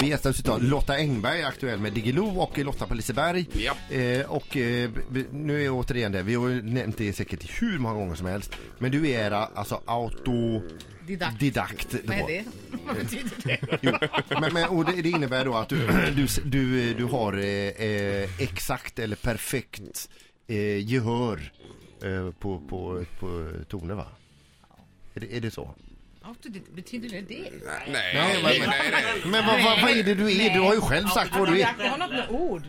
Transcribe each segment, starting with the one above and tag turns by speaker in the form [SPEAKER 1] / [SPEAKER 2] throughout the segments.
[SPEAKER 1] Vi gästar dessutom Lotta Engberg, aktuell med Diggiloo och Lotta på Liseberg.
[SPEAKER 2] Ja.
[SPEAKER 1] Eh, och eh, b- nu är jag återigen det, vi har ju nämnt det säkert hur många gånger som helst. Men du är alltså autodidakt.
[SPEAKER 3] Didakt. Vad är det? Vad betyder det?
[SPEAKER 1] Jo, men, men, och det, det innebär då att du, du, du, du har eh, eh, exakt eller perfekt eh, gehör eh, på, på, på toner va? Är det, är det så?
[SPEAKER 3] Autodidakt, Betyder det det?
[SPEAKER 2] Nej,
[SPEAKER 1] Nej,
[SPEAKER 2] nej,
[SPEAKER 1] men-
[SPEAKER 2] nej, nej, nej.
[SPEAKER 1] Men vad, vad, vad är det du är? Du har ju själv sagt vad du är.
[SPEAKER 3] Autodidakt, det har något med ord.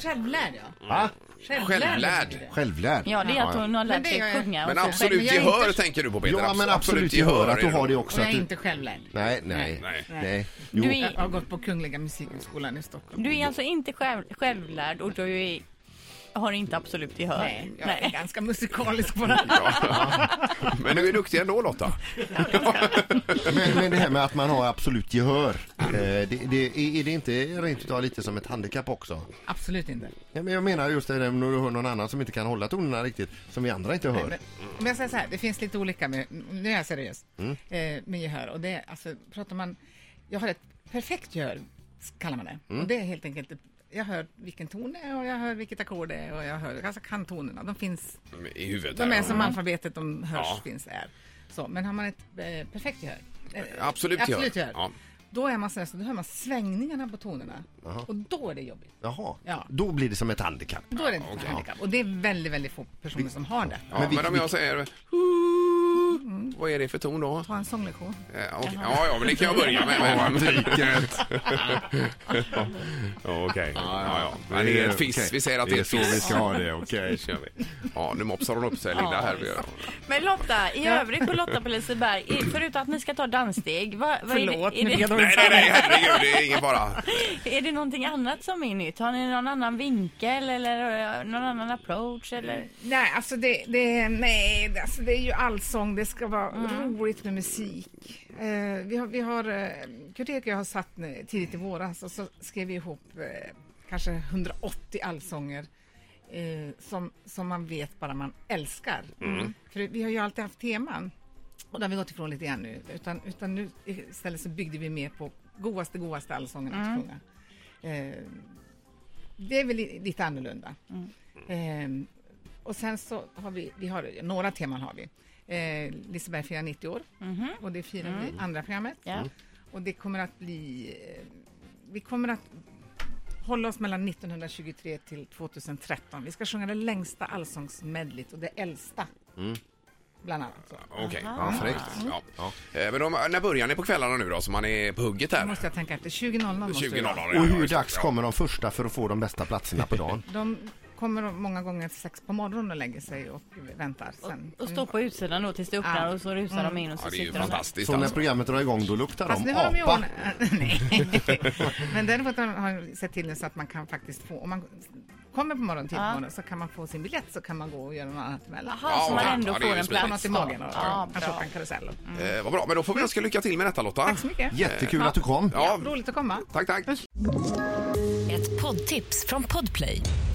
[SPEAKER 3] Självlärd, ja.
[SPEAKER 1] Va?
[SPEAKER 2] Självlärd.
[SPEAKER 3] betyder det.
[SPEAKER 1] Självlärd?
[SPEAKER 4] Ja, det är att hon har lärt
[SPEAKER 3] det
[SPEAKER 4] sig
[SPEAKER 3] gör jag.
[SPEAKER 4] sjunga.
[SPEAKER 2] Men
[SPEAKER 4] och så.
[SPEAKER 3] Nej,
[SPEAKER 2] absolut
[SPEAKER 3] men jag är
[SPEAKER 2] gehör
[SPEAKER 3] inte-
[SPEAKER 2] tänker du på Peter.
[SPEAKER 1] Ja, men
[SPEAKER 2] Abs-
[SPEAKER 1] absolut gehör att du
[SPEAKER 2] är
[SPEAKER 1] har det
[SPEAKER 3] Och
[SPEAKER 1] också.
[SPEAKER 3] jag
[SPEAKER 1] Att
[SPEAKER 3] är
[SPEAKER 1] du...
[SPEAKER 3] inte självlärd.
[SPEAKER 1] Nej, nej,
[SPEAKER 2] Nej.
[SPEAKER 1] nej.
[SPEAKER 4] Du
[SPEAKER 1] Jo,
[SPEAKER 3] Jag
[SPEAKER 4] är,
[SPEAKER 3] har gått på Kungliga Musikhögskolan i Stockholm.
[SPEAKER 4] du är alltså inte själv, självlärd och du är, har inte absolut gehör.
[SPEAKER 3] Nej, jag är ganska musikalisk på det här.
[SPEAKER 2] Men du är duktig ändå Lotta.
[SPEAKER 1] men, men det här med att man har absolut gehör, eh, det, det, är är det inte rent utav lite som ett handikapp också?
[SPEAKER 3] Absolut inte.
[SPEAKER 1] Ja, men jag menar just det där när du hör någon annan som inte kan hålla tonerna riktigt, som vi andra inte hör.
[SPEAKER 3] Men, om jag säger så här, det finns lite olika med, nu är jag seriös, eh, med gehör. Och det, är, alltså, pratar man, jag har ett perfekt gehör, kallar man det. Och det är helt enkelt, jag hör vilken ton det är och jag hör vilket ackord det är och jag hör, alltså kan tonerna, de finns,
[SPEAKER 2] I huvudet
[SPEAKER 3] de
[SPEAKER 2] här.
[SPEAKER 3] är som alfabetet, de hörs,
[SPEAKER 2] Ja.
[SPEAKER 3] finns, är. Så, men har man ett eh, perfekt gehör, eh,
[SPEAKER 2] Absolut gehör.
[SPEAKER 3] absolut gehör
[SPEAKER 2] Ja.
[SPEAKER 3] då är man så här, så då hör man svängningarna på tonerna och då är det jobbigt.
[SPEAKER 1] Jaha,
[SPEAKER 3] Ja.
[SPEAKER 1] då blir det som ett handikapp.
[SPEAKER 3] Då är det inte ett handikapp. Och det är väldigt, väldigt få personer som har det.
[SPEAKER 2] Ja,
[SPEAKER 1] Men
[SPEAKER 2] men,
[SPEAKER 1] vi-
[SPEAKER 2] om
[SPEAKER 1] vi-
[SPEAKER 2] jag säger...
[SPEAKER 3] Mm.
[SPEAKER 2] Vad är det för ton då?
[SPEAKER 3] Ta en sånglektion.
[SPEAKER 2] Eh, okej. Ja, ja, men det kan jag börja med. Men... ja, okej. Ja, ja. Men det är ett fiss. Vi säger att det är ett
[SPEAKER 5] så vi
[SPEAKER 2] fiss.
[SPEAKER 5] ska ha det, okej.
[SPEAKER 2] kör vi. Ja, nu mopsar hon upp sig, lilla här. Vi gör.
[SPEAKER 4] Men Lotta, i övrigt på Lotta på Liseberg, i- förutom att ni ska ta danssteg, vad, vad
[SPEAKER 3] Förlåt,
[SPEAKER 4] är,
[SPEAKER 3] nu
[SPEAKER 4] det, är,
[SPEAKER 3] blev
[SPEAKER 4] det,
[SPEAKER 3] de-
[SPEAKER 2] Nej, nej, nej, herregud, det är ingen fara.
[SPEAKER 4] är det någonting annat som är nytt? Har ni någon annan vinkel eller eh, någon annan approach? Eller?
[SPEAKER 3] Nej, alltså det, det, nej, det- alltså det är ju allsång. Det ska vara roligt med musik. Eh, vi har, vi har, eh, Kurek och jag har satt eh, tidigt i våras och så skrev vi ihop eh, kanske 180 allsånger eh, som, som man vet bara man älskar. För vi har ju alltid haft teman och det har vi gått ifrån lite grann nu. Utan, utan nu istället så byggde vi mer på godaste, godaste allsången att sjunga. Eh, det är väl li- lite annorlunda. Ehm, och sen så har vi, vi har, några teman har vi. Eh, Liseberg firar 90 år och det firar vi i andra programmet.
[SPEAKER 4] Mhm. Mm. Ja.
[SPEAKER 3] Och det kommer att bli, eh, vi kommer att hålla oss mellan 1923 till 2013. Vi ska sjunga det längsta allsångsmedlet och det äldsta. Bland annat. Så.
[SPEAKER 2] Okej.
[SPEAKER 1] Ja, fräckt.
[SPEAKER 2] Ja. Eh, Men de, när börjar ni på kvällarna nu då, så man är på hugget
[SPEAKER 3] Då
[SPEAKER 2] här?
[SPEAKER 3] måste jag tänka efter, 20.00 måste det
[SPEAKER 2] 20.00.
[SPEAKER 3] vara.
[SPEAKER 2] ja,
[SPEAKER 1] Och
[SPEAKER 2] ja,
[SPEAKER 1] hur
[SPEAKER 2] just det.
[SPEAKER 1] dags kommer de första för att få de bästa platserna på dagen?
[SPEAKER 3] De kommer många gånger sex på morgonen och lägger sig och väntar sen.
[SPEAKER 4] Och stå på utsidan då tills det öppnar
[SPEAKER 3] Ja.
[SPEAKER 4] och så rusar de in och
[SPEAKER 2] Ja,
[SPEAKER 4] så
[SPEAKER 2] det är ju
[SPEAKER 4] sitter de där.
[SPEAKER 2] fantastiskt
[SPEAKER 1] Så när
[SPEAKER 2] alltså.
[SPEAKER 1] programmet drar igång då luktar
[SPEAKER 3] Fast nu
[SPEAKER 1] de
[SPEAKER 3] har de ju
[SPEAKER 1] apa.
[SPEAKER 3] ordnat... Nej. Men däremot har har sett till nu så att man kan faktiskt få... Om man kommer på morgonen till morgonen så kan man få sin biljett så kan man gå och göra något annat emellan.
[SPEAKER 4] Jaha, så
[SPEAKER 2] Ja,
[SPEAKER 4] man
[SPEAKER 2] ja,
[SPEAKER 4] ändå
[SPEAKER 2] ja, det är
[SPEAKER 4] får
[SPEAKER 2] ju
[SPEAKER 4] en
[SPEAKER 2] smidigt.
[SPEAKER 3] Få något
[SPEAKER 4] plats
[SPEAKER 3] i
[SPEAKER 4] då.
[SPEAKER 3] magen och
[SPEAKER 4] Ja,
[SPEAKER 3] kanske
[SPEAKER 4] bra. Mm.
[SPEAKER 3] åka en karusell. och-
[SPEAKER 2] Eh, vad bra, men då får vi önska lycka till med detta Lotta.
[SPEAKER 3] Tack så mycket.
[SPEAKER 1] Jättekul att du kom.
[SPEAKER 2] Ja,
[SPEAKER 3] Roligt att komma.
[SPEAKER 2] tack, tack.
[SPEAKER 6] Ett poddtips från Podplay.